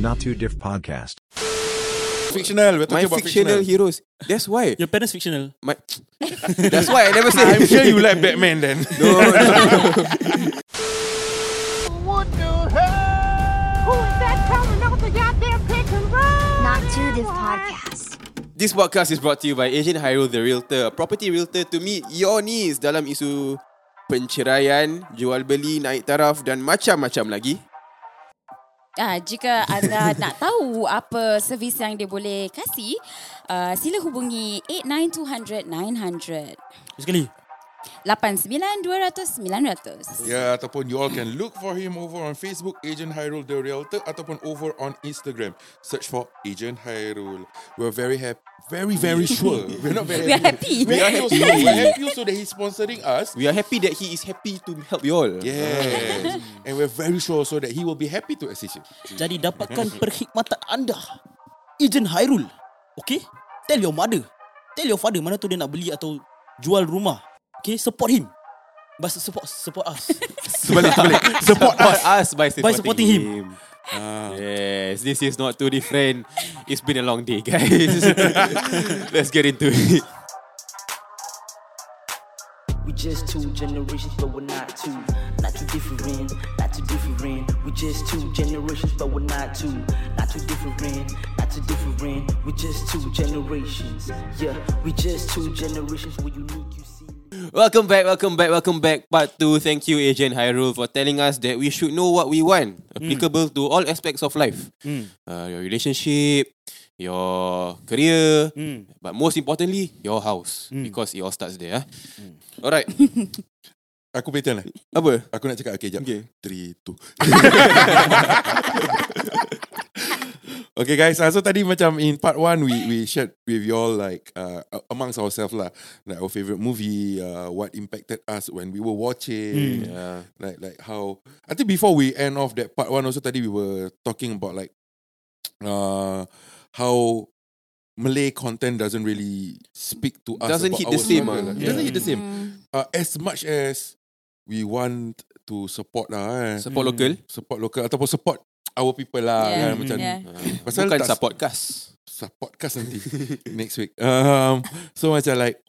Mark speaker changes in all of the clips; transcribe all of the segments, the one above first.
Speaker 1: Not Too Diff Podcast.
Speaker 2: Fictional Betul
Speaker 3: My
Speaker 2: dia buat
Speaker 3: fictional heroes. That's why.
Speaker 4: Your parents fictional.
Speaker 3: My, that's why I never say.
Speaker 2: I'm sure you like Batman then
Speaker 3: No, no.
Speaker 5: What the hell? Who is that coming off the goddamn pick and roll?
Speaker 6: Not to this podcast.
Speaker 3: This podcast is brought to you by Asian Hyrule the Realtor, a property realtor to meet your needs dalam isu penceraian, jual beli, naik taraf dan macam-macam lagi.
Speaker 7: Ah, jika anda nak tahu apa servis yang dia boleh kasih, uh, sila hubungi 89200-900.
Speaker 4: Sekali.
Speaker 7: 89-200-900.
Speaker 2: Ya ataupun you all can look for him over on Facebook Agent Hyrule the Realtor ataupun over on Instagram search for Agent Hyrule. We're very happy very very sure. We're not very
Speaker 7: We are happy.
Speaker 2: We are
Speaker 3: We
Speaker 2: happy.
Speaker 3: are happy.
Speaker 2: We're happy so that he's sponsoring us.
Speaker 3: We are happy that he is happy to help you all.
Speaker 2: Yes. and we're very sure so that he will be happy to assist you.
Speaker 4: Jadi dapatkan perkhidmatan anda. Ejen Hairul. Okay? Tell your mother. Tell your father mana tu dia nak beli atau jual rumah. Okay? Support him. But support support us.
Speaker 3: Terbalik, terbalik. Support us. Ah. us by supporting,
Speaker 4: By supporting him.
Speaker 3: him. Yes, this is not too different. It's been a long day, guys. Let's get into it.
Speaker 8: We just two generations, but we're not two. Not too different, not too different. We just two generations, but we're not two. Not too different, not too different. We just two generations. Yeah, we just two generations. We're unique, you see.
Speaker 3: Welcome back, welcome back, welcome back. Part 2, thank you Agent Hyrule for telling us that we should know what we want. Applicable to all aspects of life.
Speaker 4: Hmm.
Speaker 3: Uh, your relationship, your career,
Speaker 4: Hmm.
Speaker 3: but most importantly, your house. Because it all starts there. ah.
Speaker 4: Hmm.
Speaker 3: Alright,
Speaker 2: Aku pattern lah.
Speaker 3: apa?
Speaker 2: Aku nak cakap okay jap.
Speaker 3: Okay.
Speaker 2: Three, two. Okay guys, uh, so tadi macam in part one we we shared with you all like uh, amongst ourselves lah, like our favorite movie, uh, what impacted us when we were watching, uh,
Speaker 3: Yeah.
Speaker 2: like like how I think before we end off that part one also tadi we were talking about like uh, how Malay content doesn't really speak to us.
Speaker 3: Doesn't
Speaker 2: about
Speaker 3: hit
Speaker 2: our
Speaker 3: the same,
Speaker 2: struggle
Speaker 3: ah.
Speaker 2: lah.
Speaker 3: Yeah.
Speaker 2: Doesn't hit the same.
Speaker 7: Hmm.
Speaker 2: Uh, as much as we want to support lah, eh.
Speaker 4: Hmm.
Speaker 3: Support local.
Speaker 2: support local ataupun support our people lah,
Speaker 7: Yeah,
Speaker 2: kan, macam
Speaker 7: yeah.
Speaker 2: pasal
Speaker 3: Uh, Bukan
Speaker 2: tak-
Speaker 3: support cast.
Speaker 2: sa podcast nanti next week. Um, so macam like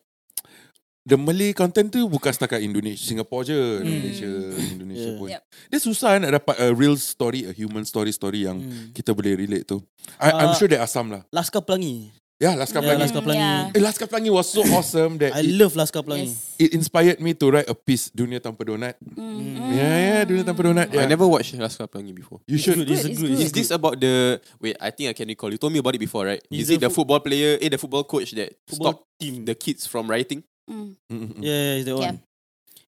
Speaker 2: the Malay content tu bukan setakat Indonesia, Singapore je, Malaysia, Indonesia
Speaker 4: Hmm.
Speaker 2: pun.
Speaker 4: Yeah.
Speaker 7: Yep.
Speaker 2: Dia susah nak dapat a real story, a human story story yang
Speaker 7: Hmm.
Speaker 2: kita boleh relate tu. I, I'm
Speaker 4: Hmm. Uh,
Speaker 2: sure there are some lah.
Speaker 4: Laskar Pelangi.
Speaker 2: Yeah, Laskar
Speaker 4: Yeah,
Speaker 2: Pelangi.
Speaker 4: Laskar Pelangi.
Speaker 7: Yeah.
Speaker 2: Eh, Laskar Pelangi was so awesome that
Speaker 4: I
Speaker 2: Eh, it,
Speaker 4: love Laskar
Speaker 7: Ya.
Speaker 4: Pelangi.
Speaker 7: Yes.
Speaker 2: it inspired me to write a piece, Dunia Tanpa Donat.
Speaker 7: Hmm, Ya,
Speaker 2: Yeah, yeah, Dunia Tanpa Donat.
Speaker 3: I
Speaker 2: Yeah.
Speaker 3: never watched Laskar Pelangi before.
Speaker 2: you should.
Speaker 4: Good, it's
Speaker 7: it's
Speaker 4: good.
Speaker 7: good.
Speaker 3: Is this about the wait? I think I can recall. You told me about it before, right?
Speaker 4: He's
Speaker 3: Is it
Speaker 4: the
Speaker 3: the football player? Eh, the football coach that
Speaker 4: Football
Speaker 3: stopped
Speaker 4: team.
Speaker 3: the kids from writing.
Speaker 7: Mm.
Speaker 2: Mm-mm.
Speaker 4: Yeah, yeah, it's that
Speaker 7: Yeah.
Speaker 4: one.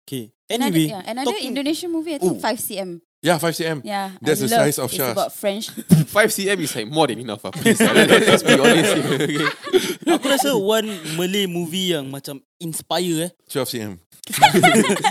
Speaker 4: Okay.
Speaker 7: Another,
Speaker 4: Anyway,
Speaker 7: yeah, another
Speaker 4: talking-
Speaker 7: Indonesian movie, I
Speaker 3: Ooh.
Speaker 7: think 5cm.
Speaker 2: Yeah, 5cm.
Speaker 7: Yeah.
Speaker 2: Oh. That's
Speaker 7: I
Speaker 2: the
Speaker 7: love.
Speaker 2: size of
Speaker 7: It's
Speaker 2: Shah's.
Speaker 7: about French.
Speaker 3: Five cm is like more than enough. ah, please. Let's be honest. here, okay?
Speaker 4: Aku rasa one Malay movie yang macam inspire eh.
Speaker 2: 12cm.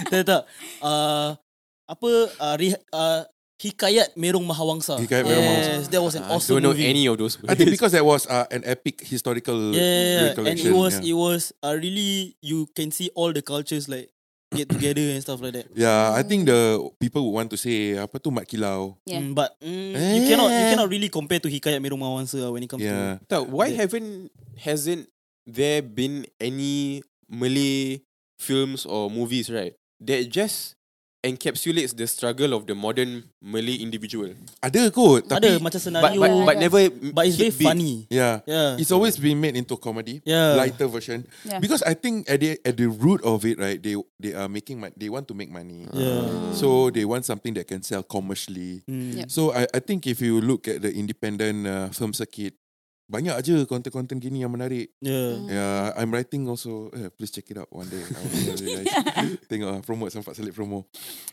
Speaker 4: tak tak. Uh, apa uh, Rih, uh, Hikayat Merong Mahawangsa.
Speaker 2: Hikayat
Speaker 4: yes,
Speaker 2: Merong
Speaker 4: Yes, that was an
Speaker 3: Ah, I
Speaker 4: awesome
Speaker 3: don't know
Speaker 4: movie.
Speaker 3: any of those. Movies.
Speaker 2: I think because that was uh, an epic historical
Speaker 4: yeah, yeah, yeah. and
Speaker 2: recollection.
Speaker 4: it was
Speaker 2: yeah.
Speaker 4: it was uh, really you can see all the cultures like get together and stuff like that.
Speaker 2: Yeah, Ya, I think the people would want to say apa tu mat kilau.
Speaker 7: Yeah.
Speaker 4: Mm, but mm, you cannot you cannot really compare to Hikayat Merong Mahawangsa when it comes
Speaker 2: Eh. Yeah.
Speaker 3: So,
Speaker 4: to
Speaker 3: why haven't hasn't there been any Malay films or movies right that just encapsulates the struggle of the modern Malay individual,
Speaker 2: Ada kot
Speaker 4: ada
Speaker 2: tapi
Speaker 4: macam
Speaker 3: but
Speaker 4: scenario
Speaker 3: but, but
Speaker 7: Yeah.
Speaker 3: never.
Speaker 4: but it's
Speaker 3: hit
Speaker 4: very
Speaker 3: big.
Speaker 4: funny.
Speaker 2: yeah.
Speaker 4: Yeah.
Speaker 2: Ya. It's always been made into comedy,
Speaker 4: Yeah.
Speaker 2: lighter version.
Speaker 7: Yeah.
Speaker 2: Because I think at the at the root of it, right, they they are making mon- they want to make money.
Speaker 4: Yeah.
Speaker 2: So they want something that can sell commercially.
Speaker 4: Mm.
Speaker 7: Yep.
Speaker 2: So I I think if you look at the independent uh, film circuit, banyak aja konten-konten gini yang menarik.
Speaker 4: Yeah.
Speaker 2: Yeah, Ya, I'm writing also. Eh, please check it out one day. I will tell you guys. Tengok lah, promote sempat selit promo.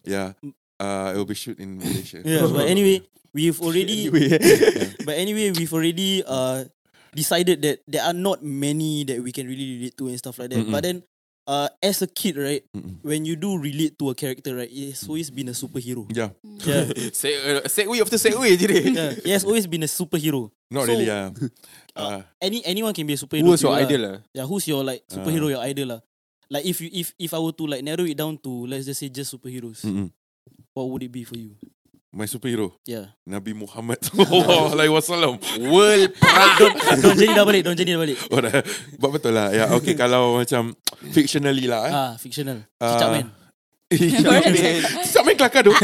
Speaker 2: Yeah. Uh, it will be shoot in Malaysia.
Speaker 4: Yeah, but anyway, we've already but anyway, we've already uh decided that there are not many that we can really relate to and stuff like that. But then uh as a kid, right, when you do relate to a character, right, it's always been a superhero.
Speaker 2: Yeah,
Speaker 4: Yeah.
Speaker 3: Se- uh, segue after segue, did
Speaker 4: yeah. It has always been a superhero.
Speaker 2: not
Speaker 4: So, Ah.
Speaker 2: really. Yeah. Uh,
Speaker 4: Any anyone can be a
Speaker 3: Who
Speaker 4: superhero.
Speaker 3: was
Speaker 4: to
Speaker 3: your
Speaker 4: you lah.
Speaker 3: idol? lah?
Speaker 4: Yeah, who's your like superhero,
Speaker 2: Ah.
Speaker 4: your idol? lah? Like if
Speaker 2: Hmm.
Speaker 4: you if if I were to like narrow it down to let's just say just superheroes,
Speaker 2: Mm-mm.
Speaker 4: what would it be for you?
Speaker 2: My superhero
Speaker 4: Yeah.
Speaker 2: Nabi Muhammad Sallallahu alaihi wasallam
Speaker 3: World
Speaker 4: Don't jadi dah balik. Don't jadi dah balik.
Speaker 2: Oh, dah. But betul lah yeah, Okay kalau macam Fictionally lah eh.
Speaker 4: Ah, fictional. Cicak
Speaker 2: Ah.
Speaker 4: man.
Speaker 3: Pride.
Speaker 2: Cicak main kelakar tu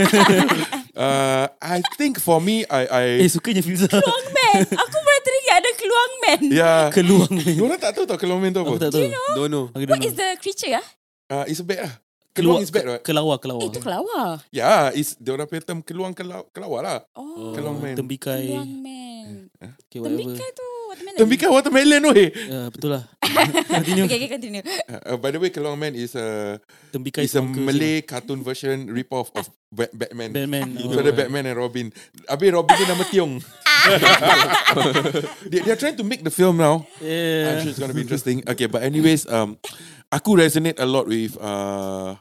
Speaker 2: uh, I think for me I, I
Speaker 4: Eh, sukanya Filza.
Speaker 7: Keluang man. Aku pernah teringat ada keluang man.
Speaker 2: Yeah
Speaker 4: Keluang.
Speaker 2: ya. Diorang tak tahu tau Keluang main tu
Speaker 4: Aku
Speaker 2: apa
Speaker 4: tak tahu.
Speaker 3: Don't know.
Speaker 4: Aku
Speaker 7: What
Speaker 4: don't
Speaker 7: is
Speaker 4: know.
Speaker 7: the creature ah?
Speaker 2: uh, It's a bad lah Keluang is bad right
Speaker 4: Kelawar, kelawar.
Speaker 2: Oh.
Speaker 7: Eh, itu kelawar.
Speaker 2: Yeah it's, Diorang punya term Keluang kelau, kelawar lah
Speaker 7: Oh,
Speaker 2: Keluang man
Speaker 4: Tembikai.
Speaker 7: keluang man.
Speaker 4: Okay, whatever.
Speaker 7: Tembikai tu watermelon.
Speaker 2: Tembikai kan watermelon weh
Speaker 4: Ya, betul lah.
Speaker 7: Continue. Okay, okay, continue.
Speaker 2: uh, By the way Keluang man is a
Speaker 4: Tembikai.
Speaker 2: It's a
Speaker 4: smoker.
Speaker 2: Malay cartoon version Rip-off of Ba- Batman
Speaker 4: Batman. Oh.
Speaker 2: So the Batman and Robin. Abi Robin tu nama Tiong. they, they're trying to make the film now. I'm
Speaker 4: Yeah.
Speaker 2: sure it's going to be interesting. Okay, but anyways, um, aku resonate a lot with uh,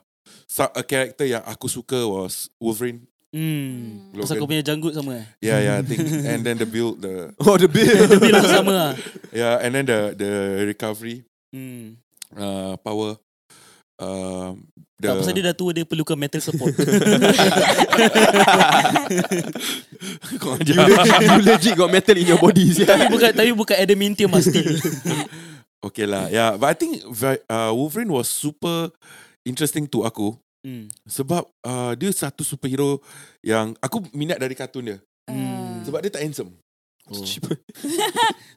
Speaker 2: sa- a character yang aku suka was Wolverine.
Speaker 4: Hmm.
Speaker 2: Logan.
Speaker 4: Pasal kau punya janggut sama eh?
Speaker 2: Yeah, yeah, I think. And then the build, the
Speaker 3: Oh, the bill.
Speaker 4: Tapi rasa sama lah.
Speaker 2: yeah, Ya, and then the the recovery
Speaker 4: Hmm.
Speaker 2: uh, power. Um, the
Speaker 4: Tak, pasal dia dah tua, dia perlukan metal support.
Speaker 2: Kau
Speaker 3: you,
Speaker 2: ajar.
Speaker 3: legit, you legit got metal in your body.
Speaker 4: tapi bukan tapi bukan adamantium lah still.
Speaker 2: Okay lah, yeah. But I think vi- uh, Wolverine was super interesting to aku.
Speaker 4: Hmm.
Speaker 2: Sebab uh, dia satu superhero yang aku minat dari kartun dia.
Speaker 7: Uh,
Speaker 4: Hmm.
Speaker 2: Sebab dia tak handsome.
Speaker 3: Oh.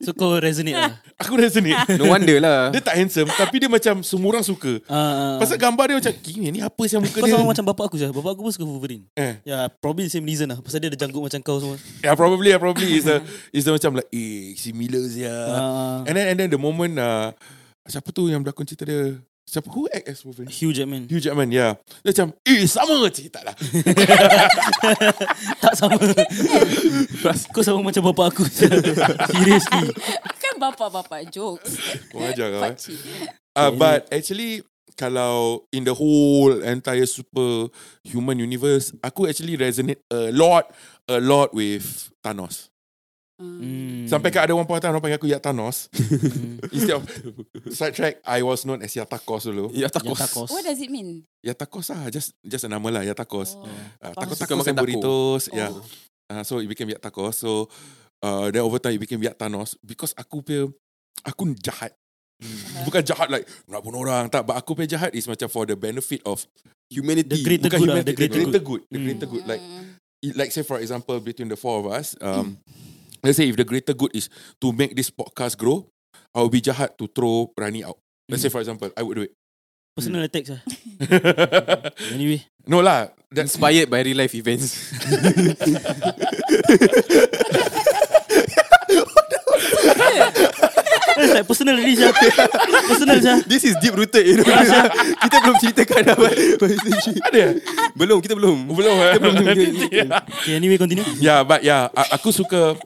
Speaker 4: So kau resonate lah.
Speaker 2: Aku resonate.
Speaker 3: No wonder lah.
Speaker 2: dia tak handsome tapi dia macam semua orang suka.
Speaker 4: Uh,
Speaker 2: Pasal gambar dia macam Kimi ni apa siang muka
Speaker 4: kau
Speaker 2: dia?
Speaker 4: sama macam bapak aku je. Bapak aku pun suka Wolverine.
Speaker 2: Eh.
Speaker 4: Ya, yeah, probably the same reason lah. Pasal dia ada janggut macam kau semua.
Speaker 2: Yeah, probably, yeah, probably. It's a, it's a macam like, eh, similar sia.
Speaker 4: Uh,
Speaker 2: ah. And then, and then the moment, uh, siapa tu yang berlakon cerita dia? Siapa? Who act as Wolverine?
Speaker 4: Hugh Jackman.
Speaker 2: Hugh Jackman, yeah. Dia macam, eh, sama je. Tak lah.
Speaker 4: tak sama. kau sama macam bapak aku. je. Seriously.
Speaker 7: kan bapak-bapak jokes.
Speaker 2: Kau ajar kau. eh.
Speaker 7: Pakcik.
Speaker 2: Uh, but actually kalau in the whole entire super human universe, aku actually resonate a lot, a lot with Thanos.
Speaker 7: Ah.
Speaker 4: Hmm.
Speaker 2: Sampai kat ada one point of time orang panggil aku Ya Thanos. Instead of sidetrack, I was known as Yatakos dulu.
Speaker 3: Ya
Speaker 4: Yang
Speaker 3: takos.
Speaker 4: takos.
Speaker 7: What does it mean?
Speaker 2: Yatakos lah, just just a nama lah Yatakos.
Speaker 7: Oh.
Speaker 2: Uh,
Speaker 7: Faham.
Speaker 2: takos
Speaker 3: Suka
Speaker 2: takos
Speaker 3: makan
Speaker 2: and
Speaker 3: taco.
Speaker 2: burritos.
Speaker 4: Ya.
Speaker 2: Yeah.
Speaker 7: Oh.
Speaker 2: Uh, so it became Yatakos. So uh, then over time it became Yak Thanos because aku punya, aku jahat. Bukan jahat like nak bunuh orang tak, but aku punya jahat is macam for the benefit of
Speaker 3: Humanity.
Speaker 4: The greater
Speaker 2: Bukan
Speaker 4: good lah.
Speaker 2: humanity,
Speaker 4: The greater
Speaker 2: good.
Speaker 4: good.
Speaker 2: The
Speaker 4: Mm.
Speaker 2: greater good. Like, it- like say for example, between the four of us, um, let's say if the greater good is to make this podcast grow, I will be jahat to throw Rani out. Let's
Speaker 4: Hmm.
Speaker 2: say for example, I would do it.
Speaker 4: Personal attacks lah. Anyway.
Speaker 2: no lah. That's
Speaker 3: Inspired by real life events.
Speaker 4: It's like personal release lah. Personal lah.
Speaker 3: This is deep rooted you know. kita belum ceritakan apa. Ada? Belum, kita belum.
Speaker 2: belum. eh?
Speaker 3: Kita belum.
Speaker 4: Okay, anyway continue.
Speaker 2: yeah, but yeah, a- aku suka.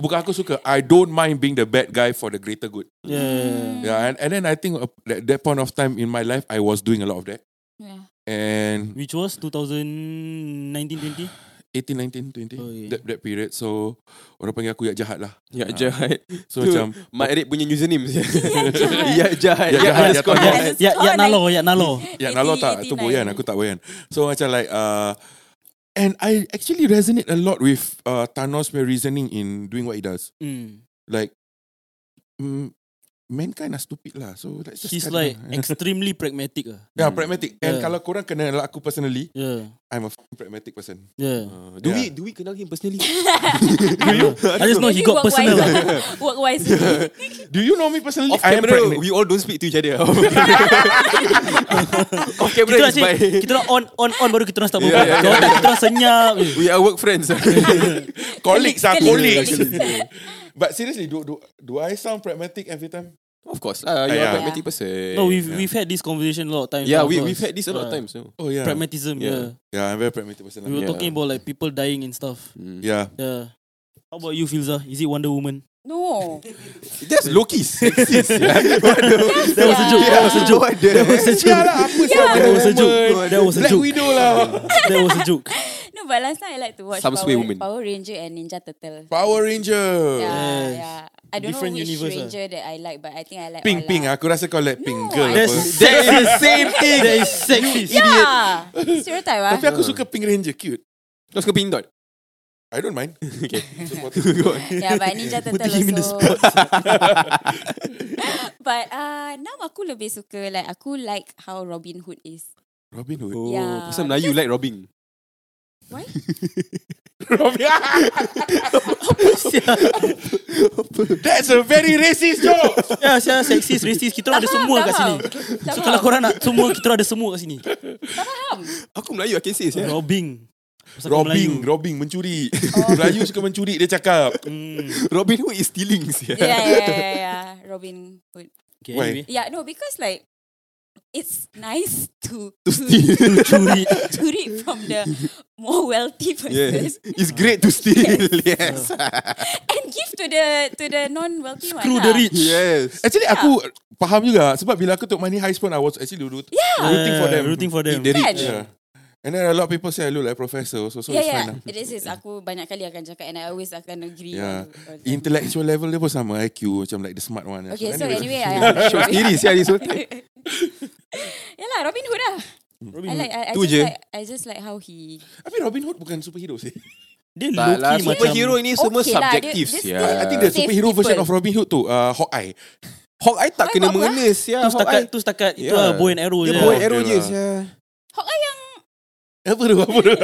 Speaker 2: Bukan aku suka. I don't mind being the bad guy for the greater good.
Speaker 4: Yeah.
Speaker 2: Yeah, and, and then I think at that, that point of time in my life, I was doing a lot of that.
Speaker 7: Yeah.
Speaker 2: And
Speaker 4: Which was 2019-20?
Speaker 2: 18, 19, 20,
Speaker 4: Oh, yeah.
Speaker 2: that, that period. So, orang panggil aku yak jahat lah.
Speaker 3: Ya jahat.
Speaker 2: So,
Speaker 3: Tu,
Speaker 2: macam-
Speaker 3: Mak Eric punya username. Ya jahat.
Speaker 2: Ya jahat, ya
Speaker 3: underscore
Speaker 2: jahat.
Speaker 4: Ya, ya, ya nalo, ya nalo.
Speaker 2: Ya Nalo tak Itu boyan
Speaker 4: kan?
Speaker 2: Aku tak boyan So macam like uh, And I actually resonate a lot with uh, Thanos punya reasoning in doing what he does
Speaker 4: Mm.
Speaker 2: Like mm, Mankind are stupid lah So let's just
Speaker 4: He's
Speaker 2: cut it
Speaker 4: like
Speaker 2: down.
Speaker 4: extremely pragmatic lah.
Speaker 2: Yeah pragmatic And
Speaker 4: Yeah.
Speaker 2: kalau korang kenal aku personally
Speaker 4: Yeah,
Speaker 2: I'm a fucking pragmatic person
Speaker 4: yeah.
Speaker 3: Do we do we kenal him personally?
Speaker 4: I just know he got personal lah.
Speaker 7: Work wisely.
Speaker 2: Do you know me personally?
Speaker 3: Off camera,
Speaker 2: pragmatic.
Speaker 3: we all don't speak to each other. Off camera
Speaker 4: Kita orang
Speaker 3: is by...
Speaker 4: actually- kita orang on on on baru kita orang start
Speaker 3: Yeah,
Speaker 4: berbual.
Speaker 3: yeah,
Speaker 4: Kalau tak kita orang senyap. je.
Speaker 3: We are work friends.
Speaker 2: Colleagues are
Speaker 7: Colleagues,
Speaker 2: colleagues But seriously do, do, do I sound pragmatic every time?
Speaker 3: of course. Uh, you're
Speaker 2: Yeah.
Speaker 3: a pragmatic person.
Speaker 4: No, we've we've had this conversation a lot of times.
Speaker 3: Yeah,
Speaker 4: of
Speaker 3: we,
Speaker 4: course.
Speaker 3: we've had this a lot of
Speaker 7: Ah.
Speaker 4: Yeah.
Speaker 3: times. So.
Speaker 2: Oh yeah
Speaker 4: Pragmatism,
Speaker 3: Yeah.
Speaker 4: yeah.
Speaker 2: Yeah I'm very pragmatic person
Speaker 4: We were
Speaker 2: lah.
Speaker 3: Yeah.
Speaker 4: talking about like people dying and stuff.
Speaker 3: Hmm. lah,
Speaker 2: Yeah
Speaker 4: Yeah. How about you, Filza? Is it Wonder Woman?
Speaker 7: No.
Speaker 3: That's Loki's.
Speaker 4: That was a joke. That was a joke. That was a joke.
Speaker 2: lah apa yeah.
Speaker 4: That was a joke. That was a
Speaker 2: Black
Speaker 4: joke.
Speaker 2: Widow lah
Speaker 4: That was a joke.
Speaker 7: No, but last time I like to watch
Speaker 3: Some sway
Speaker 7: Power,
Speaker 3: woman.
Speaker 7: Power Ranger and Ninja Turtle.
Speaker 2: Power Ranger
Speaker 7: Yeah,
Speaker 4: Yes.
Speaker 7: yeah. I don't
Speaker 4: Different
Speaker 7: know which
Speaker 4: universe ah.
Speaker 7: Ranger that I like, but I think I like
Speaker 2: Pink
Speaker 7: all
Speaker 2: pink
Speaker 7: lah.
Speaker 2: aku rasa kau like pink girl apa.
Speaker 7: I-
Speaker 4: That's that is the same thing. That is sexist.
Speaker 7: Yeah, stereotype ah.
Speaker 2: Tapi aku suka Pink Ranger cute.
Speaker 3: Kau suka pink dot?
Speaker 2: I don't mind.
Speaker 3: Okay.
Speaker 2: Go on.
Speaker 7: Yeah, Ya, but Ninja Turtle
Speaker 4: Putting him in the
Speaker 7: also. but uh, now aku lebih suka like aku like how Robin Hood is.
Speaker 2: Robin Hood.
Speaker 3: Oh,
Speaker 7: Yeah,
Speaker 3: pasal Melayu like robbing.
Speaker 7: Why?
Speaker 2: That's a very racist joke.
Speaker 4: Ya, saya seksis, racist. Kita orang ada semua kat sini.
Speaker 7: Tak
Speaker 4: So kalau
Speaker 7: faham.
Speaker 4: korang nak semua, kita orang ada semua kat sini.
Speaker 3: Aku Melayu, I can say yeah.
Speaker 4: Robbing. Pasal kau
Speaker 2: robbing,
Speaker 4: Melayu.
Speaker 2: robbing, mencuri. Melayu suka mencuri, dia cakap.
Speaker 4: Hmm,
Speaker 3: Robin Hood is stealing yeah.
Speaker 7: Yeah, yeah, yeah, yeah. Robin Hood.
Speaker 4: Okay,
Speaker 2: Why?
Speaker 4: anyway.
Speaker 7: Yeah, no, because like it's nice to
Speaker 3: To steal
Speaker 4: Curi. Eh,
Speaker 7: to read from the more wealthy
Speaker 3: Yes.
Speaker 7: persons
Speaker 3: It's great to steal Yes
Speaker 7: and give to the to the non wealthy one.
Speaker 4: Screw
Speaker 7: lah.
Speaker 4: the rich.
Speaker 3: Yes
Speaker 2: Actually aku faham juga sebab bila aku took money heist pun I was actually root, rooting for them.
Speaker 4: Rooting for them.
Speaker 3: The rich.
Speaker 2: Yeah.
Speaker 7: Kan?
Speaker 2: And then a lot of people say I look like professor so so
Speaker 7: Yeah,
Speaker 2: it's
Speaker 7: yeah.
Speaker 2: fine. lah.
Speaker 7: It is, is aku banyak kali akan cakap and I always akan agree.
Speaker 2: Yeah.
Speaker 7: on- on that.
Speaker 2: Intellectual level dia pun sama IQ macam like the smart one.
Speaker 7: Okay, so
Speaker 2: anyway.
Speaker 7: anyway, I
Speaker 3: Short sendiri siya ni sultan
Speaker 7: Yalah, Robin Hood lah. I like, I, I
Speaker 3: Hmm. Tu
Speaker 7: just
Speaker 3: je.
Speaker 7: like, I just like how he.
Speaker 2: Tapi Robin Hood bukan superhero sih.
Speaker 3: Tak
Speaker 4: Dia
Speaker 3: lah
Speaker 4: low-key macam...
Speaker 3: Superhero ini semua
Speaker 7: Okay lah,
Speaker 3: subjektif
Speaker 7: dia- dia
Speaker 3: yeah.
Speaker 7: still-
Speaker 2: I think the
Speaker 7: Save
Speaker 2: superhero version
Speaker 7: people.
Speaker 2: of Robin Hood tu uh, Hawkeye.
Speaker 3: Hawkeye tak
Speaker 7: Hawkeye
Speaker 3: kena
Speaker 7: buat apa,
Speaker 3: mengena siya
Speaker 4: Tu setakat,
Speaker 3: Hawkeye
Speaker 4: tu setakat itu
Speaker 3: Yeah.
Speaker 4: lah, bow and arrow
Speaker 3: Dia
Speaker 4: je.
Speaker 3: boy
Speaker 2: Yeah.
Speaker 3: arrow je
Speaker 2: Dia lah.
Speaker 3: siya
Speaker 7: Hawkeye yang
Speaker 2: Apa tu? Apa tu?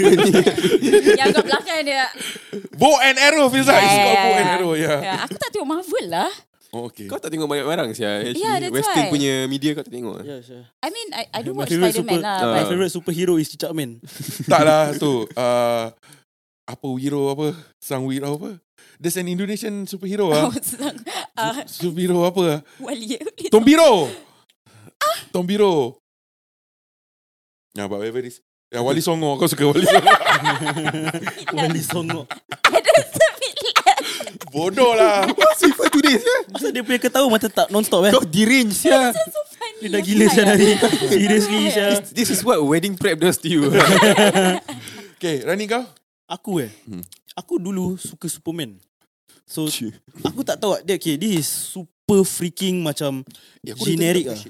Speaker 7: yang kat belakang dia.
Speaker 2: bow and arrow Filzah. It's called bow and arrow. Yeah.
Speaker 7: Ya, aku tak tengok Marvel lah.
Speaker 2: Oh, okay.
Speaker 3: Kau tak tengok banyak barang siya
Speaker 7: Yeah, that's
Speaker 3: Western
Speaker 7: why.
Speaker 3: punya media kau tak tengok
Speaker 4: Yeah, sure.
Speaker 7: I mean, I, I do
Speaker 4: My
Speaker 7: watch
Speaker 4: favorite
Speaker 7: Spider-Man
Speaker 4: super,
Speaker 7: lah.
Speaker 3: Ah.
Speaker 4: my
Speaker 7: but-
Speaker 4: favorite superhero is Cicak Man.
Speaker 2: tak lah tu. Uh, apa Wiro apa? Sang Wiro apa? There's an Indonesian superhero ah.
Speaker 7: Oh, sang- ah,
Speaker 2: Superhero apa?
Speaker 7: Wali.
Speaker 2: Tombiro. Tombiro. Ya, yeah, but whatever it is. Ya, Wali Songo. Kau suka Wali Songo?
Speaker 4: Wali Songo.
Speaker 7: I don't stop it lah.
Speaker 2: Bodoh lah.
Speaker 3: What's with her today siya
Speaker 4: Pasal dia punya ketawa macam tak non-stop eh.
Speaker 3: Kau deranged siya
Speaker 7: So funny.
Speaker 4: Dia dah gila siya dari. Seriously siya.
Speaker 3: This is what wedding prep does to you
Speaker 2: Okay, Rani kau?
Speaker 4: Aku eh. Aku dulu suka Superman. So aku tak tahu dia okay, this is super freaking macam generic ah.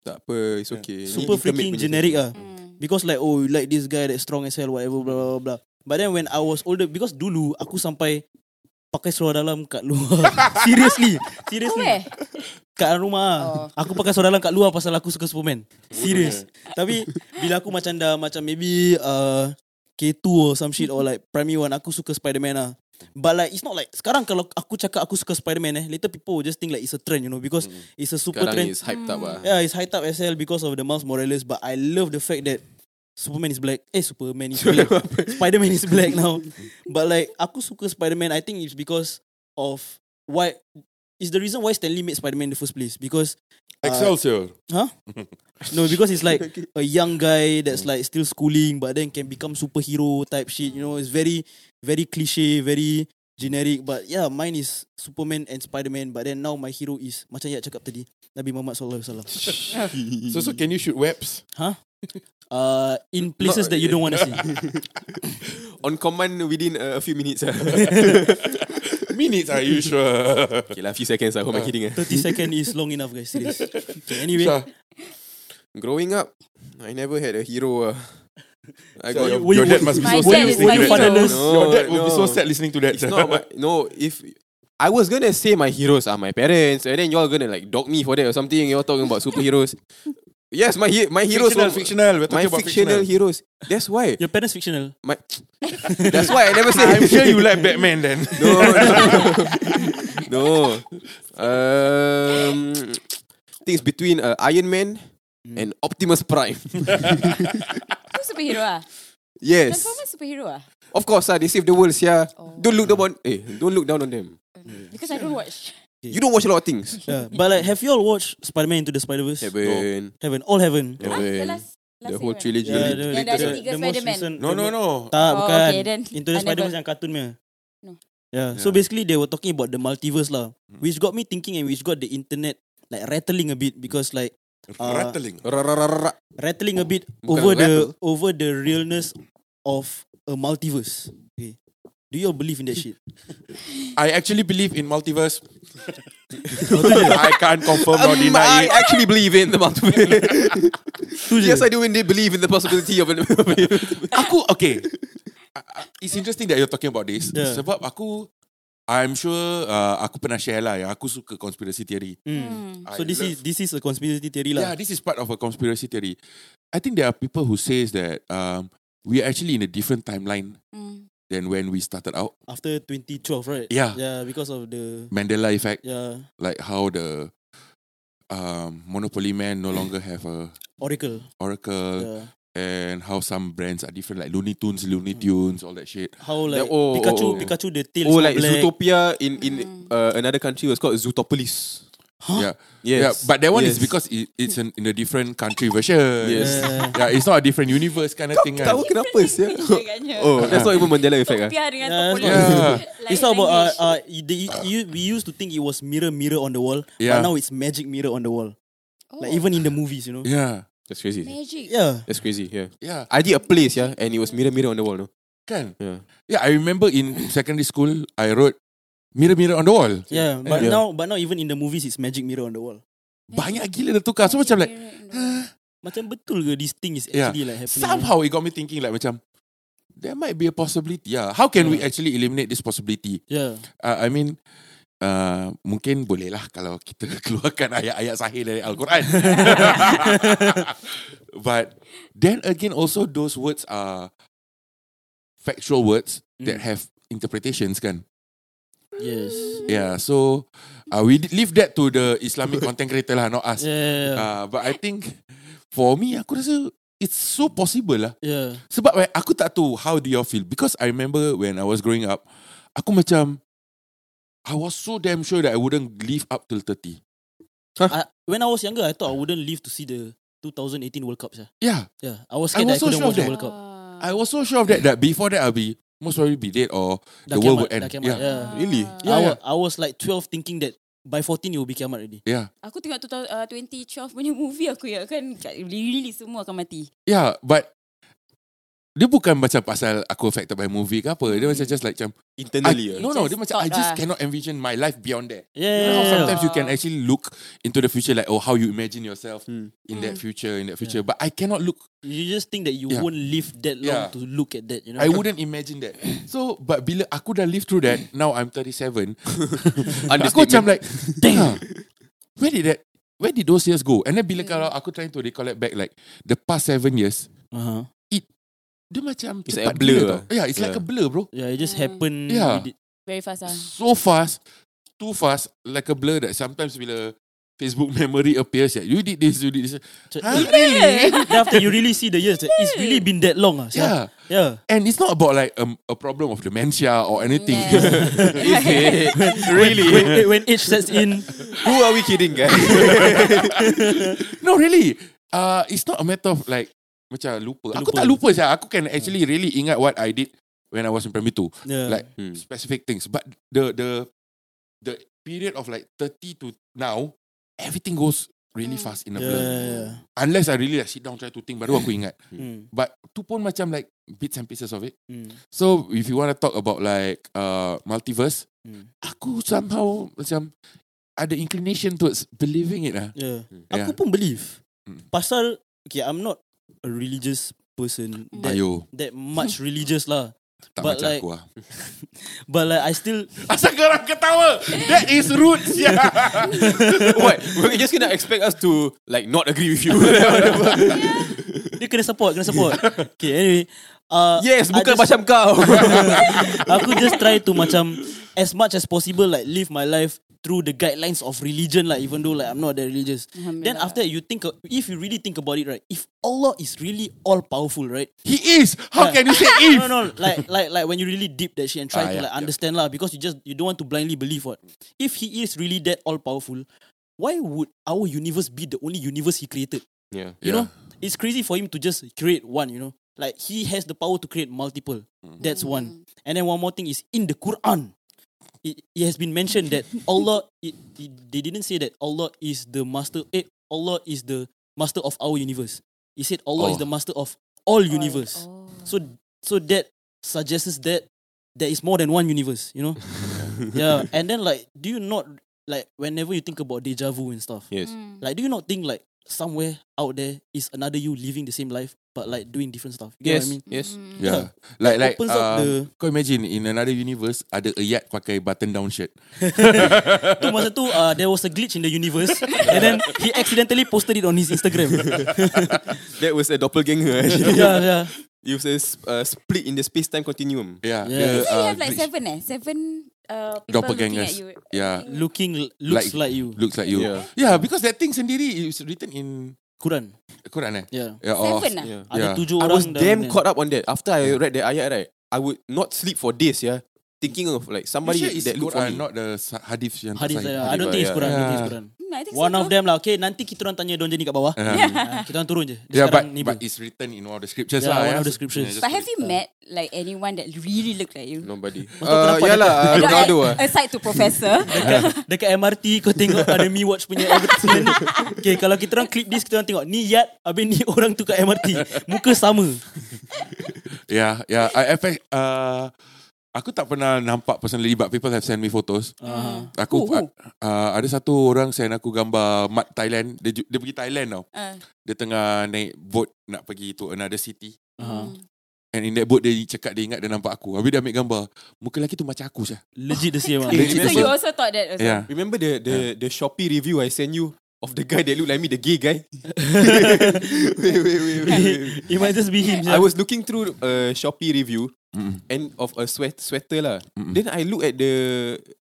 Speaker 3: Tak apa It's okay
Speaker 4: Super
Speaker 3: Ni intimate
Speaker 4: freaking
Speaker 3: punya
Speaker 4: generic
Speaker 3: cerita.
Speaker 4: ah.
Speaker 7: Hmm.
Speaker 4: Because like oh you like this guy that strong as hell whatever blah blah blah. But then when I was older because dulu aku sampai pakai seluar dalam kat luar. Seriously. Seriously.
Speaker 7: Weh,
Speaker 4: Kat rumah ah.
Speaker 7: Oh.
Speaker 4: Aku pakai seluar dalam kat luar Pasal aku suka Superman Serious Tapi Bila aku macam dah Macam maybe uh, K2 or some shit Or like primary one Aku suka Spider-Man lah But like It's not like Sekarang kalau aku cakap Aku suka Spider-Man eh Later people will just think like It's a trend you know Because It's a super
Speaker 3: Sekarang
Speaker 4: trend
Speaker 3: is hyped up ah.
Speaker 4: Yeah it's hyped up as hell Because of the Miles Morales But I love the fact that Superman is black Eh Superman is black Spider-Man is black now But like Aku suka Spider-Man I think it's because Of Why It's the reason why Stanley made Spider-Man in the first place Because
Speaker 2: Hmm. Excelsior.
Speaker 4: Huh? no, because it's like a young guy that's like still schooling, but then can become superhero type shit. You know, it's very, very cliche, very generic. But yeah, mine is Superman and Spider Man. But then now my hero is macam yang cakap tadi Nabi Muhammad Sallallahu Alaihi Wasallam.
Speaker 2: So, so can you shoot webs?
Speaker 4: Huh? Uh, in places that you don't want to see.
Speaker 3: Ah. On command within uh, a few minutes ah.
Speaker 2: Minutes, are you sure?
Speaker 3: Okay lah, few seconds lah. Who am I kidding? ah?
Speaker 4: Thirty second is long enough, guys. Serious. Okay, anyway,
Speaker 2: Shah,
Speaker 3: Growing up, I never had a hero. ah. I
Speaker 2: your,
Speaker 3: got
Speaker 4: were
Speaker 2: your
Speaker 4: you-
Speaker 2: dad must be so
Speaker 7: My
Speaker 2: sad
Speaker 7: dad is
Speaker 2: listening
Speaker 7: my
Speaker 2: to that.
Speaker 7: hero.
Speaker 3: No,
Speaker 2: your dad will be so
Speaker 3: no.
Speaker 2: sad listening to that.
Speaker 3: it's not my, no. If I was gonna say my heroes are my parents, and then y'all gonna like dog me for that or something. You're talking about superheroes. Yes, my he- my heroes
Speaker 2: fictional,
Speaker 3: were-
Speaker 2: fictional. We're
Speaker 3: my
Speaker 2: talking about
Speaker 3: fictional,
Speaker 2: fictional.
Speaker 3: heroes. That's why
Speaker 4: your parents fictional.
Speaker 3: my. That's why I never say.
Speaker 2: I'm sure you like Batman then.
Speaker 3: No, no. no. Um, things between uh, Iron Man
Speaker 2: Hmm.
Speaker 3: and Optimus Prime.
Speaker 7: tu superhero ah.
Speaker 3: yes.
Speaker 7: Transformers superhero ah.
Speaker 3: Of course, ah, they save the world, yeah.
Speaker 7: Oh.
Speaker 3: Don't look down on eh, don't look down on them.
Speaker 7: Because I don't watch.
Speaker 3: You don't watch a lot of things.
Speaker 4: Yeah. But like, have you all watched Spider Man into the Spider Verse?
Speaker 3: Heaven,
Speaker 4: Heaven, all heaven.
Speaker 7: Ah, the
Speaker 3: Heaven, eh.
Speaker 7: last last
Speaker 3: the
Speaker 7: year,
Speaker 3: whole
Speaker 7: right?
Speaker 3: trilogy.
Speaker 4: Yeah,
Speaker 7: Yang
Speaker 4: the,
Speaker 7: dah ada tiga
Speaker 4: the most
Speaker 7: Spider-Man.
Speaker 4: recent-
Speaker 2: No,
Speaker 4: the
Speaker 2: no,
Speaker 4: most-
Speaker 2: no.
Speaker 4: Tak,
Speaker 7: Oh,
Speaker 4: bukan.
Speaker 7: okay, then
Speaker 4: Into the
Speaker 7: I
Speaker 4: Spider-Verse
Speaker 7: never-
Speaker 4: yang kartun punya.
Speaker 7: No.
Speaker 4: Yeah. So basically they were talking about the multiverse lah, which got me thinking and which got the internet like rattling a bit because like uh,
Speaker 2: Rattling.
Speaker 3: Ra-ra-ra-ra-ra.
Speaker 4: rattling
Speaker 2: Oh,
Speaker 4: a bit
Speaker 3: Bukan
Speaker 4: over the
Speaker 3: rattle.
Speaker 4: over the realness of a multiverse. Okay. Do you all believe in that shit?
Speaker 2: I actually believe in multiverse. I can't confirm or
Speaker 3: Um,
Speaker 2: deny
Speaker 3: I
Speaker 2: it.
Speaker 3: actually believe in the multiverse. yes, I do indeed believe in the possibility of an.
Speaker 2: Aku okay. Uh, uh, It's interesting that you're talking about this
Speaker 4: Yeah.
Speaker 2: sebab aku I'm sure uh, aku pernah share lah ya. Aku suka conspiracy theory.
Speaker 7: Hmm.
Speaker 2: I
Speaker 4: Hmm. So this
Speaker 2: love-
Speaker 4: is this is a conspiracy theory
Speaker 2: yeah,
Speaker 4: lah.
Speaker 2: this is part of a conspiracy theory. I think there are people who says that um, we are actually in a different timeline
Speaker 7: Mm.
Speaker 2: than when we started out.
Speaker 4: After 2012, right?
Speaker 2: Yeah.
Speaker 4: Yeah, because of the
Speaker 2: Mandela effect,
Speaker 4: yeah
Speaker 2: like how the um, Monopoly man no longer have a
Speaker 4: Oracle.
Speaker 2: Oracle,
Speaker 4: Yeah.
Speaker 2: and how some brands are different, like Looney Tunes, Looney
Speaker 3: Mm.
Speaker 2: Tunes, all that shit.
Speaker 4: How like
Speaker 2: oh, oh,
Speaker 4: Pikachu,
Speaker 2: oh.
Speaker 4: Pikachu the tail
Speaker 3: oh,
Speaker 4: is
Speaker 3: like
Speaker 4: black.
Speaker 3: Zootopia in
Speaker 7: Hmm.
Speaker 3: in uh, another country was called Zootopolis.
Speaker 2: Yeah,
Speaker 3: Yes.
Speaker 2: yeah, but that one is
Speaker 3: Yes.
Speaker 2: because it, it's an, in a different country version.
Speaker 3: Yes.
Speaker 4: Yeah.
Speaker 2: Yeah, it's not a different universe kind of thing. kan.
Speaker 3: Tahu Oh, kenapa sih?
Speaker 7: Agaknya.
Speaker 3: Oh, that's not even Mandela effect. ah.
Speaker 7: Biar kan, dengan
Speaker 4: Yeah,
Speaker 7: yeah,
Speaker 4: that's
Speaker 2: not-
Speaker 4: It's not about uh, uh, the, you, we used to think it was mirror mirror on the wall,
Speaker 2: Yeah.
Speaker 4: but now it's magic mirror on the wall. Like even in the movies, you know.
Speaker 2: Yeah,
Speaker 3: That's crazy.
Speaker 7: Oh, magic.
Speaker 4: Yeah.
Speaker 3: That's crazy. Yeah.
Speaker 2: yeah,
Speaker 3: I did a place, yeah, and it was mirror mirror on the wall. No?
Speaker 2: kan.
Speaker 3: Yeah.
Speaker 2: Yeah, I remember in secondary school, I wrote Mirror Mirror on the Wall.
Speaker 4: Yeah, but
Speaker 3: Yeah.
Speaker 4: now but now even in the movies it's magic mirror on the wall.
Speaker 2: Banyak gila dah tukar. Ah, So macam like, "Ah,
Speaker 4: Macam betul ke this thing is
Speaker 2: Yeah.
Speaker 4: actually like happening?
Speaker 2: somehow it got me thinking like macam, there might be a possibility. Yeah, how can we actually eliminate this possibility?
Speaker 4: Yeah.
Speaker 2: Uh, I mean, uh, mungkin bolehlah kalau kita keluarkan ayat-ayat sahih dari Al-Quran. But then again, also those words are factual words that have interpretations kan.
Speaker 4: Yes.
Speaker 2: Yeah, so uh, we did leave that to the Islamic content creator lah, not us.
Speaker 4: Yeah.
Speaker 2: Uh, but I think for me, aku rasa it's so possible lah.
Speaker 4: Yeah.
Speaker 2: Sebab eh, aku tak tahu how do you all feel. Because I remember when I was growing up, aku macam, I was so damn sure that I wouldn't live up till 30.
Speaker 4: I, when I was younger, I thought I wouldn't live to see the 2018 World Cup. Yeah,
Speaker 2: Yeah,
Speaker 4: yeah. I was
Speaker 2: I was
Speaker 4: scared that I
Speaker 2: so
Speaker 4: couldn't
Speaker 2: sure
Speaker 4: watch the
Speaker 2: of
Speaker 4: World Cup.
Speaker 7: Ah.
Speaker 2: I was so sure of that that before that I'll be most probably be dead or
Speaker 4: Dah
Speaker 2: the world
Speaker 4: kiamat,
Speaker 2: would end.
Speaker 4: dah kiamat,
Speaker 2: yeah.
Speaker 4: yeah.
Speaker 3: Really?
Speaker 7: Ya,
Speaker 2: Yeah,
Speaker 4: I,
Speaker 2: yeah.
Speaker 4: was, I was like 12 thinking that by 14 you will be kiamat already.
Speaker 2: yeah,
Speaker 7: Aku tengok tu, uh, 2012 punya movie aku ya kan kat- really semua akan mati.
Speaker 2: yeah, but dia bukan macam pasal aku affected by movie ke apa. Dia macam just like macam, I,
Speaker 3: Internally.
Speaker 2: no no, dia
Speaker 7: Just
Speaker 2: macam I
Speaker 7: thought
Speaker 2: just
Speaker 7: lah.
Speaker 2: cannot envision my life beyond that. You know how
Speaker 4: Yeah.
Speaker 2: sometimes you can actually look into the future, like oh, how you imagine yourself in
Speaker 3: Mm.
Speaker 2: that future, in that future. But I cannot look.
Speaker 4: You just think that you
Speaker 2: Yeah.
Speaker 4: won't live that long
Speaker 2: Yeah.
Speaker 4: to look at that, you know.
Speaker 2: I wouldn't imagine that. So, but bila aku dah live through that, now I'm 37. aku macam like, damn, where did that? Where did those years go? And then bila kalau aku trying to recollect back, like the past seven years,
Speaker 4: Uh-huh.
Speaker 2: dia macam
Speaker 3: It's
Speaker 2: cepat
Speaker 3: like a blur
Speaker 2: gila
Speaker 3: lah.
Speaker 2: tau. Yeah, it's like a
Speaker 3: Yeah.
Speaker 2: blur, bro.
Speaker 4: Yeah, it just happened.
Speaker 2: Yeah.
Speaker 4: with it.
Speaker 7: Very fast ah.
Speaker 2: So fast, too fast, like a blur that sometimes bila Facebook memory appears, yeah, you did this, you did this.
Speaker 4: So-
Speaker 2: Huh? Really?
Speaker 4: Then after you really see the years, that it's really been that long. ah. sia.
Speaker 2: Yeah.
Speaker 4: Yeah.
Speaker 2: And it's not about like um, a problem of dementia or anything.
Speaker 4: When,
Speaker 3: really?
Speaker 4: when- when age sets in,
Speaker 3: Who are we kidding, guys?
Speaker 2: no, really. Uh, it's not a matter of like macam lupa. Aku
Speaker 4: Lupa.
Speaker 2: tak lupa Hmm. saya. Aku can actually really ingat what I did when I was in primary two.
Speaker 4: Yeah.
Speaker 2: Like
Speaker 3: Hmm.
Speaker 2: specific things. But the the the period of like 30 to now, everything goes really fast in a
Speaker 4: yeah,
Speaker 2: blur.
Speaker 4: yeah, yeah.
Speaker 2: Unless I really like sit down try to think baru aku ingat.
Speaker 4: Mm,
Speaker 2: But tu pun macam like bits and pieces of it.
Speaker 4: mm,
Speaker 2: So if you want to talk about like uh, multiverse,
Speaker 4: mm.
Speaker 2: aku somehow macam ada inclination towards believing it lah.
Speaker 4: Yeah.
Speaker 2: Yeah.
Speaker 4: Ya. Aku pun believe.
Speaker 2: Mm.
Speaker 4: Pasal okay, I'm not a religious person that
Speaker 2: Ayo,
Speaker 4: that much religious lah.
Speaker 2: tak
Speaker 4: But
Speaker 2: macam
Speaker 4: like-
Speaker 2: aku lah.
Speaker 4: But like I still
Speaker 2: Asal korang ketawa? That is rude, yeah.
Speaker 3: what? We're just gonna expect us to like not agree with you.
Speaker 4: dia kena support, kena support. okay, anyway. Uh,
Speaker 3: yes,
Speaker 4: I
Speaker 3: bukan
Speaker 4: just-
Speaker 3: macam kau.
Speaker 4: aku just try to macam as much as possible like live my life through the guidelines of religion like even though like I'm not that religious. Then
Speaker 7: Alhamdulillah.
Speaker 4: after you think if you really think about it right, if Allah is really all powerful, right?
Speaker 2: He is. How can you say if?
Speaker 4: No, no, no, like, like, like when you really deep that shit and
Speaker 2: Ah,
Speaker 4: try to
Speaker 2: yeah,
Speaker 4: like
Speaker 2: yeah.
Speaker 4: understand lah, because you just you don't want to blindly believe what. If he is really that all powerful, why would our universe be the only universe he created?
Speaker 3: yeah.
Speaker 4: You know, it's crazy for him to just create one. You know, like he has the power to create multiple.
Speaker 2: Mm-hmm.
Speaker 4: That's one. And then one more thing is in the Quran. It, it has been mentioned that Allah. It, it- they didn't say that Allah is the master. Eh, Allah is the master of our universe. It said Allah is
Speaker 2: Oh.
Speaker 4: the master of all universe.
Speaker 7: Oh.
Speaker 4: So so that suggests that there is more than one universe, you know? yeah. And then like do you not like whenever you think about deja vu and stuff,
Speaker 3: Yes.
Speaker 2: Mm. Hmm.
Speaker 4: like do you not think like somewhere out there is another you living the same life but like doing different stuff?
Speaker 3: Yes.
Speaker 4: You know what I mean?
Speaker 3: Yes.
Speaker 2: Yeah. Like like
Speaker 4: Hmm. Opens up
Speaker 2: uh,
Speaker 4: the-
Speaker 2: kau imagine in another universe ada Ayat pakai button down shirt.
Speaker 4: Tu masa tu uh, there was a glitch in the universe and then he accidentally posted it on his Instagram.
Speaker 3: That was a doppelganger. Actually.
Speaker 4: yeah, yeah.
Speaker 3: It was a sp- uh, split in the space-time continuum.
Speaker 2: Yeah. dia,
Speaker 7: So you
Speaker 4: Yeah. So
Speaker 2: uh,
Speaker 7: have like
Speaker 2: glitch-
Speaker 7: seven eh? Seven uh, people looking at
Speaker 2: doppelgangers.
Speaker 7: you.
Speaker 2: Yeah.
Speaker 4: Looking looks like, you.
Speaker 2: Looks like you.
Speaker 3: Yeah.
Speaker 2: Yeah. because that thing sendiri is written in
Speaker 4: Quran.
Speaker 2: Quran eh.
Speaker 4: Yeah.
Speaker 2: Yeah. or-
Speaker 7: Seven ah?
Speaker 3: Yeah.
Speaker 4: Ada
Speaker 2: Yeah.
Speaker 4: tujuh
Speaker 3: I
Speaker 4: orang
Speaker 3: was
Speaker 4: dalam
Speaker 3: damn
Speaker 4: dia.
Speaker 3: caught up on that. After I read the ayat, right, I would not sleep for days, yeah. Thinking of like
Speaker 2: You
Speaker 3: somebody
Speaker 2: sure it's
Speaker 3: that looked for
Speaker 2: Quran,
Speaker 3: me.
Speaker 2: not the sa- hadith yang tak
Speaker 4: Hadis
Speaker 2: sahih?
Speaker 4: saya. uh, I don't think it's
Speaker 3: yeah.
Speaker 4: Quran. I don't think it's
Speaker 2: Yeah.
Speaker 4: Quran.
Speaker 7: Hmm, I think
Speaker 4: One
Speaker 7: so,
Speaker 4: of
Speaker 7: too.
Speaker 4: them lah. Okay, nanti kita orang tanya donje ni kat bawah.
Speaker 2: Uh-huh.
Speaker 4: Ah, kita orang turun je.
Speaker 2: Yeah, Ya,
Speaker 4: Dia
Speaker 2: but,
Speaker 4: sekarang ni
Speaker 2: but
Speaker 4: bro.
Speaker 2: it's written in one of the scriptures
Speaker 4: Yeah,
Speaker 2: lah.
Speaker 4: one
Speaker 2: yeah.
Speaker 4: of the scriptures.
Speaker 2: Yeah, just
Speaker 7: But have
Speaker 2: read.
Speaker 7: you met like anyone that really looked like you?
Speaker 2: Eh,
Speaker 3: Nobody.
Speaker 4: kau
Speaker 3: Uh,
Speaker 4: nampak
Speaker 3: yeah lah, uh,
Speaker 7: You know, like,
Speaker 3: Ronaldo ah.
Speaker 7: aside to professor.
Speaker 4: Dekat MRT kau tengok ada Mi Watch punya advertisement. okay, kalau kita orang clip this, kita orang tengok. Ni Yat, habis ni orang tu kat MRT. Muka sama.
Speaker 2: yeah, yeah. Ya, I, in fact, uh, aku tak pernah nampak personally but people have sent me photos.
Speaker 4: Ah.
Speaker 2: Aku
Speaker 7: Who, who?
Speaker 2: Uh, ada satu orang send aku gambar mat Thailand. Dia, ju- dia pergi Thailand tau.
Speaker 7: Ah.
Speaker 2: Dia tengah naik boat nak pergi to another city.
Speaker 4: Ah.
Speaker 2: And in that boat dia cakap dia ingat dia nampak aku. Habis dia ambil gambar. Muka lelaki tu macam aku sah.
Speaker 4: Legit the same lah.
Speaker 3: Eh,
Speaker 7: so you also thought that oh, also.
Speaker 2: Yeah.
Speaker 3: Remember the the the Shopee review I sent you of the guy that looked like me, the gay guy. wait, wait, wait, wait, wait.
Speaker 4: It might just be him.
Speaker 3: I
Speaker 4: yeah.
Speaker 3: was looking through a Shopee review
Speaker 2: Mm-mm.
Speaker 3: and of a sweat sweater lah. Then I look at the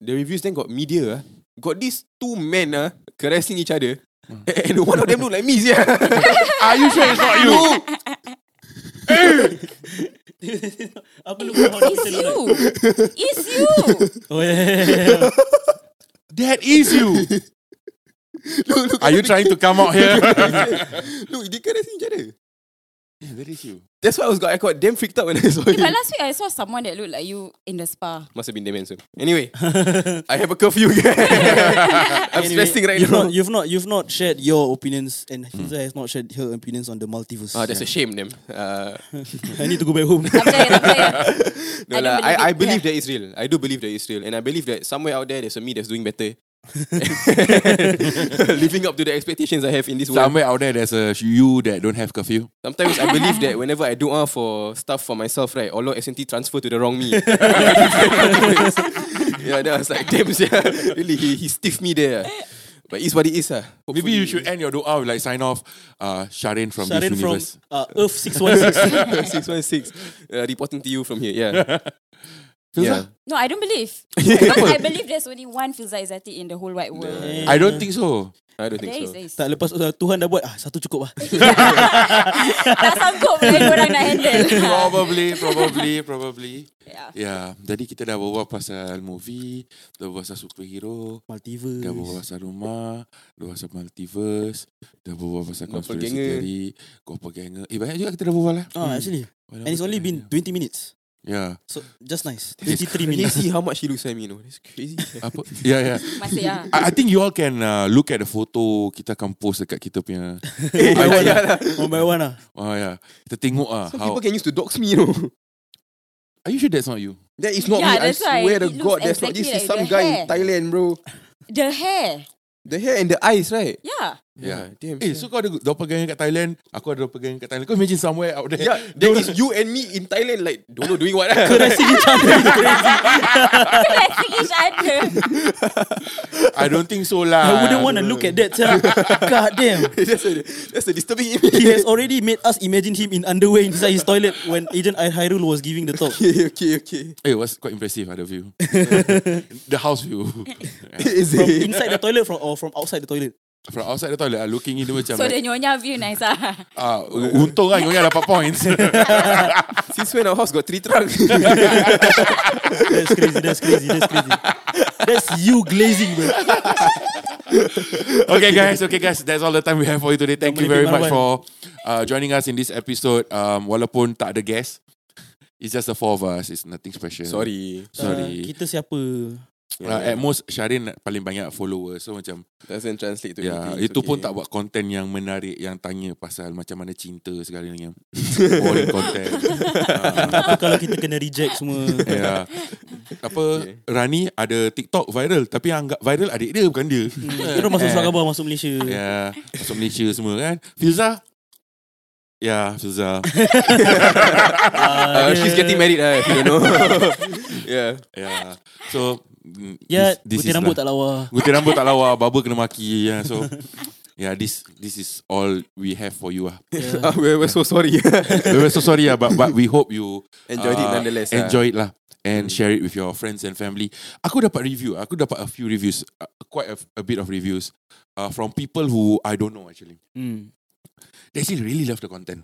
Speaker 3: the reviews. Then got media. ah. Got these two men ah caressing each other. And one of them look like me, yeah.
Speaker 2: Are you sure it's not you?
Speaker 4: Apa lu kau
Speaker 7: It's you. It's you.
Speaker 4: Oh yeah, yeah, yeah.
Speaker 2: That is you.
Speaker 3: look, look,
Speaker 2: Are you trying to come out here?
Speaker 3: look, they caressing each other.
Speaker 2: yeah, that is you.
Speaker 3: That's why I was got I got damn freaked out when I saw
Speaker 7: Eh,
Speaker 3: him.
Speaker 7: but last week I saw someone that looked like you in the spa.
Speaker 3: Must have been damn handsome. Anyway, I have a curfew. I'm
Speaker 4: Anyway,
Speaker 3: stressing right
Speaker 4: you've
Speaker 3: now.
Speaker 4: Not, you've not, you've not shared your opinions, and Hilda has not shared her opinions on the multiverse.
Speaker 3: Ah, that's a shame, them. Uh,
Speaker 4: I need to go back home.
Speaker 7: Tak percaya, tak percaya.
Speaker 3: no, I,
Speaker 7: I don't
Speaker 3: lah, I,
Speaker 7: believe
Speaker 3: I
Speaker 7: it.
Speaker 3: believe
Speaker 7: Yeah.
Speaker 3: that it's real. I do believe that it's real, and I believe that somewhere out there there's a me that's doing better, living up to the expectations I have in this world.
Speaker 2: Somewhere out there, there's a you that don't have curfew.
Speaker 3: Sometimes I believe that whenever I do ah for stuff for myself, right, Allah SNT transfer to the wrong me. yeah, then I was like, damn, yeah, really, he, he stiffed me there. But it's what it is, ah.
Speaker 2: Maybe you
Speaker 3: Hopefully-
Speaker 2: should end your doa with like sign off, uh, Sharin from
Speaker 4: Sharin
Speaker 2: this
Speaker 4: from
Speaker 2: universe.
Speaker 4: uh, Earth 616.
Speaker 3: 616 uh, reporting to you from here. Yeah. yeah.
Speaker 7: No, I don't believe. Because I believe there's only one Filza Izzati in the whole wide world.
Speaker 2: I
Speaker 4: Eh.
Speaker 2: don't think so.
Speaker 3: I don't think
Speaker 7: There is,
Speaker 3: so.
Speaker 7: there is.
Speaker 4: tak lepas uh, Tuhan dah buat ah, satu cukup lah.
Speaker 7: Tak sanggup lah korang nak handle.
Speaker 2: Probably, probably, probably.
Speaker 7: Yeah.
Speaker 2: Yeah. Jadi kita dah berbual pasal movie, dah berbual pasal superhero,
Speaker 4: Multiverse.
Speaker 2: dah berbual pasal rumah, dah berbual pasal multiverse, dah berbual pasal conspiracy
Speaker 3: Doppelganger.
Speaker 2: theory, doppelganger. Eh banyak juga kita dah berbual lah. Ya,
Speaker 4: Ah, actually. And it's only been 20 minutes.
Speaker 2: Yeah.
Speaker 4: So just nice.
Speaker 2: This-
Speaker 3: Can
Speaker 4: 23
Speaker 3: you
Speaker 4: minutes.
Speaker 3: see how much he looks at me? You know, it's crazy.
Speaker 2: Ya, Apa? Yeah, yeah.
Speaker 7: Masih lah.
Speaker 2: I, I think you all can uh, look at the photo kita akan post dekat kita punya.
Speaker 3: yeah, yeah,
Speaker 4: One by one lah.
Speaker 2: Oh yeah. Kita tengok ah.
Speaker 3: Some
Speaker 2: how-
Speaker 3: people can use to dox me, you know.
Speaker 2: Are you sure that's not you?
Speaker 3: That is not
Speaker 7: Yeah,
Speaker 3: me. I
Speaker 7: that's why.
Speaker 3: swear to
Speaker 7: It looks
Speaker 3: God, that's not
Speaker 7: exactly
Speaker 3: this. Is
Speaker 7: like
Speaker 3: some
Speaker 7: the
Speaker 3: guy
Speaker 7: hair.
Speaker 3: in Thailand, bro.
Speaker 7: The hair.
Speaker 3: The hair and the eyes, right?
Speaker 7: Yeah.
Speaker 2: Yeah.
Speaker 3: Damn.
Speaker 2: Eh, so kau ada doppelganger kat Thailand, aku ada doppelganger kat Thailand. Kau imagine somewhere out there.
Speaker 3: yeah,
Speaker 4: Ya,
Speaker 3: that is you and me in Thailand, like don't know doing what. ah.
Speaker 7: Classic each other.
Speaker 2: I don't think so lah.
Speaker 4: I wouldn't want to look at that. sia. God damn.
Speaker 3: that's, a, that's a disturbing image.
Speaker 4: He has already made us imagine him in underwear inside his toilet when Agent I- Hyrule was giving the talk.
Speaker 3: okay, okay, okay.
Speaker 2: Eh, it was quite impressive, ah, the view. the house view.
Speaker 3: is
Speaker 4: From
Speaker 3: it?
Speaker 4: inside the toilet from or from outside the toilet.
Speaker 2: From outside the toilet, ah, looking in dia macam
Speaker 7: So
Speaker 2: like,
Speaker 7: the nyonya view nice lah.
Speaker 2: ah, untung lah, Nyonya dapat points.
Speaker 3: Since when our house got three trunks?
Speaker 4: That's crazy. That's crazy. That's crazy. That's you glazing, bro.
Speaker 2: okay guys, okay guys, that's all the time we have for you today. Thank
Speaker 4: Tak
Speaker 2: you very
Speaker 4: boleh pergi
Speaker 2: much
Speaker 4: mana-mana.
Speaker 2: for uh, joining us in this episode. Um, walaupun tak ada guest, it's just the four of us. It's nothing special.
Speaker 3: Sorry.
Speaker 4: Uh,
Speaker 2: Sorry.
Speaker 4: kita siapa?
Speaker 3: Yeah,
Speaker 2: Uh, at most Syarin paling banyak follower So macam
Speaker 3: Doesn't translate to
Speaker 2: yeah,
Speaker 3: anything. It's
Speaker 2: Itu pun
Speaker 3: okay. Uh,
Speaker 2: tak buat content yang menarik Yang tanya pasal macam mana cinta segala ni Boring content
Speaker 4: Apa kalau kita kena reject semua
Speaker 3: Ya.
Speaker 2: yeah. Apa Rani ada TikTok viral Tapi yang anggap viral adik dia bukan dia
Speaker 4: Terus masuk surat khabar Masuk Malaysia
Speaker 2: Ya, masuk Malaysia semua kan. Filza? Ya, Filza.
Speaker 4: Ah,
Speaker 2: Ah,
Speaker 3: Uh, she's getting married lah, if you don't know. yeah.
Speaker 2: Ya. So, mm,
Speaker 4: Ya
Speaker 2: this- this
Speaker 4: Putih
Speaker 2: is
Speaker 4: rambut
Speaker 2: lah.
Speaker 4: tak lawa
Speaker 2: Gutir rambut tak lawa, baba kena maki. Ya, so Yeah, this this is all we have for you ah.
Speaker 3: Ah, we're, we're so sorry.
Speaker 2: We were so sorry ah, but but we hope you
Speaker 3: Enjoyed it nonetheless, ah.
Speaker 2: Enjoy it lah and share it with your friends and family. Aku dapat review, ah. aku dapat a few reviews, uh, quite a, a bit of reviews uh, from people who I don't know actually.
Speaker 4: Hmm.
Speaker 2: They actually really love the content.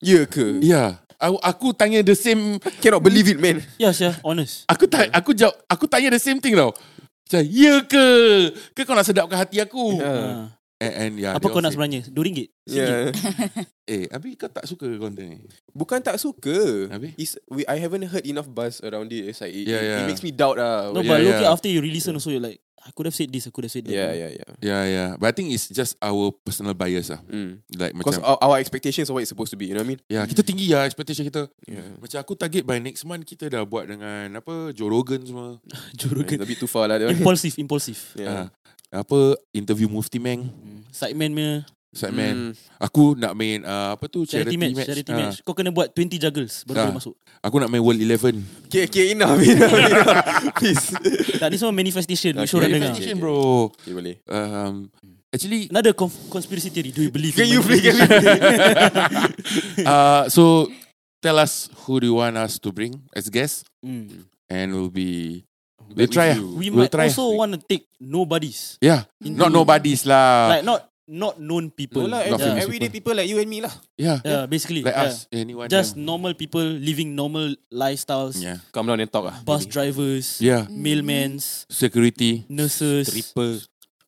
Speaker 3: yeah ke?
Speaker 2: Yeah, aku, aku tanya the same
Speaker 3: Cannot believe it, man.
Speaker 4: Ya Syah Honest
Speaker 2: Aku tak aku jawab aku tanya the same thing tau. Macam ya ke? Ke kau nak sedapkan hati aku? Yeah.
Speaker 3: Yeah.
Speaker 4: Ah.
Speaker 2: And, and yeah,
Speaker 4: Apa
Speaker 2: they
Speaker 4: kau
Speaker 2: all
Speaker 4: nak
Speaker 2: say,
Speaker 4: sebenarnya RM2
Speaker 3: yeah.
Speaker 2: Eh, abi kau tak suka konten ni?
Speaker 3: Bukan tak suka.
Speaker 2: Habis?
Speaker 3: Is we I haven't heard enough buzz around it. It's like it,
Speaker 2: Yeah,
Speaker 3: it-
Speaker 2: yeah.
Speaker 3: it makes me doubt ah.
Speaker 4: No
Speaker 2: Yeah,
Speaker 4: but look
Speaker 2: yeah.
Speaker 4: at after you re-listen also You're like I could have said this I could have said that
Speaker 3: yeah, yeah, yeah.
Speaker 2: Yeah, yeah. But I think it's just our personal bias lah.
Speaker 3: Mm.
Speaker 2: Like
Speaker 3: Because
Speaker 2: macam
Speaker 3: our, our expectations are what it's supposed to be. You know what I mean?
Speaker 2: yeah, kita tinggi lah expectation kita.
Speaker 3: Yeah.
Speaker 2: Macam aku target by next month kita dah buat dengan apa Joe Rogan semua.
Speaker 3: It's
Speaker 4: Jorogan
Speaker 3: a bit too far lah. that one.
Speaker 4: Impulsif Impulsif
Speaker 3: yeah.
Speaker 2: Ah, apa interview Mufti Meng,
Speaker 4: Sideman punya
Speaker 2: Sideman.
Speaker 3: Mm.
Speaker 2: Aku nak main ah, apa tu
Speaker 4: Hmm. Charity, match, Charity
Speaker 2: Ah,
Speaker 4: match Kau kena buat 20 juggles Baru
Speaker 2: Ah.
Speaker 4: boleh masuk
Speaker 2: Aku nak main World 11.
Speaker 3: Okay, okay, enough, enough, enough. Please.
Speaker 4: Tak ni semua manifestation Make
Speaker 3: Okay.
Speaker 4: sure orang dengar
Speaker 2: Manifestation bro.
Speaker 3: Okay, boleh.
Speaker 2: Um,
Speaker 4: Hmm.
Speaker 2: actually
Speaker 4: Another conf- conspiracy theory Do you believe
Speaker 3: Can
Speaker 4: in
Speaker 3: you please?
Speaker 4: manifestation?
Speaker 2: Uh, so tell us who do you want us to bring as guests,
Speaker 4: Mm.
Speaker 2: and we'll be we'll try. ah.
Speaker 4: We
Speaker 2: we'll
Speaker 4: might
Speaker 2: try.
Speaker 4: also want to take nobodies
Speaker 2: yeah, not nobodies lah.
Speaker 4: Hmm. Like not Not known people
Speaker 3: No lah,
Speaker 2: Not
Speaker 4: yeah.
Speaker 2: famous
Speaker 3: everyday people like you and me lah.
Speaker 2: yeah,
Speaker 4: yeah, basically
Speaker 2: like
Speaker 4: yeah.
Speaker 2: us, anyone.
Speaker 4: Just
Speaker 2: yeah.
Speaker 4: normal people Living normal lifestyles
Speaker 2: yeah,
Speaker 3: Come down and talk ah.
Speaker 4: Bus drivers
Speaker 2: yeah.
Speaker 4: Mailmans
Speaker 2: Security,
Speaker 4: Nurses
Speaker 3: Triple.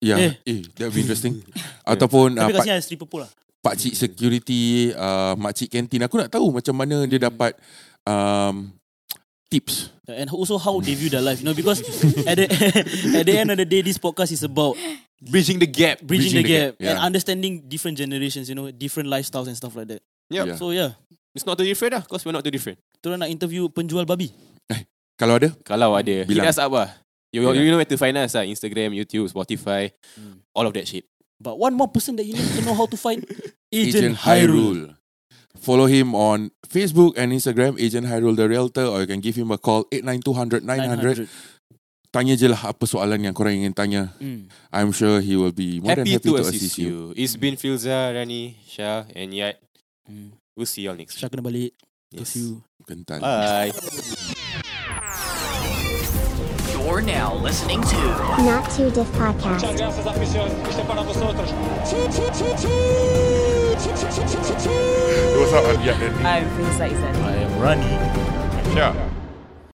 Speaker 2: yeah, eh, that'd be interesting. Ataupun uh,
Speaker 4: Tapi kat
Speaker 2: pak,
Speaker 4: sini ada stripper pula
Speaker 2: pak cik security, uh, mak cik kantin. Aku nak tahu macam mana dia dapat um, tips.
Speaker 4: And also how they view their life You know because At the at the end of the day This podcast is about
Speaker 3: Bridging the gap.
Speaker 4: Bridging, the, gap,
Speaker 2: yeah.
Speaker 4: And understanding different generations You know Different lifestyles and stuff like that
Speaker 3: Yep.
Speaker 2: Yeah.
Speaker 4: So yeah
Speaker 3: It's not too different lah. Because we're not too different.
Speaker 4: Terus nak interview penjual babi
Speaker 2: Kalau ada,
Speaker 3: Kalau ada,
Speaker 2: Bilang.
Speaker 3: Bilang. hit us up lah. You,
Speaker 2: Bilang.
Speaker 3: you know where to find us lah. Instagram, YouTube, Spotify, all of that shit.
Speaker 4: But one more person that you need to know how to find
Speaker 2: Agent Hyrule. Follow him on Facebook and Instagram, Agent Hyrule the Realtor, or you can give him a call 89200 900.
Speaker 4: 900.
Speaker 2: Tanya je lah apa soalan yang korang ingin tanya.
Speaker 4: Mm.
Speaker 2: I'm sure he will be more
Speaker 3: happy,
Speaker 2: than happy to, assist you.
Speaker 3: It's been Filza, Rani, Shah, and Yat.
Speaker 4: Mm.
Speaker 3: We'll see y'all next
Speaker 4: Syah kena balik.
Speaker 3: Yes.
Speaker 4: Curfew.
Speaker 2: Kental.
Speaker 3: Bye.
Speaker 1: You're now listening to
Speaker 6: Not Too Diff Podcast.
Speaker 2: What's up, Yat
Speaker 1: I'm Filza Izan.
Speaker 2: Yeah.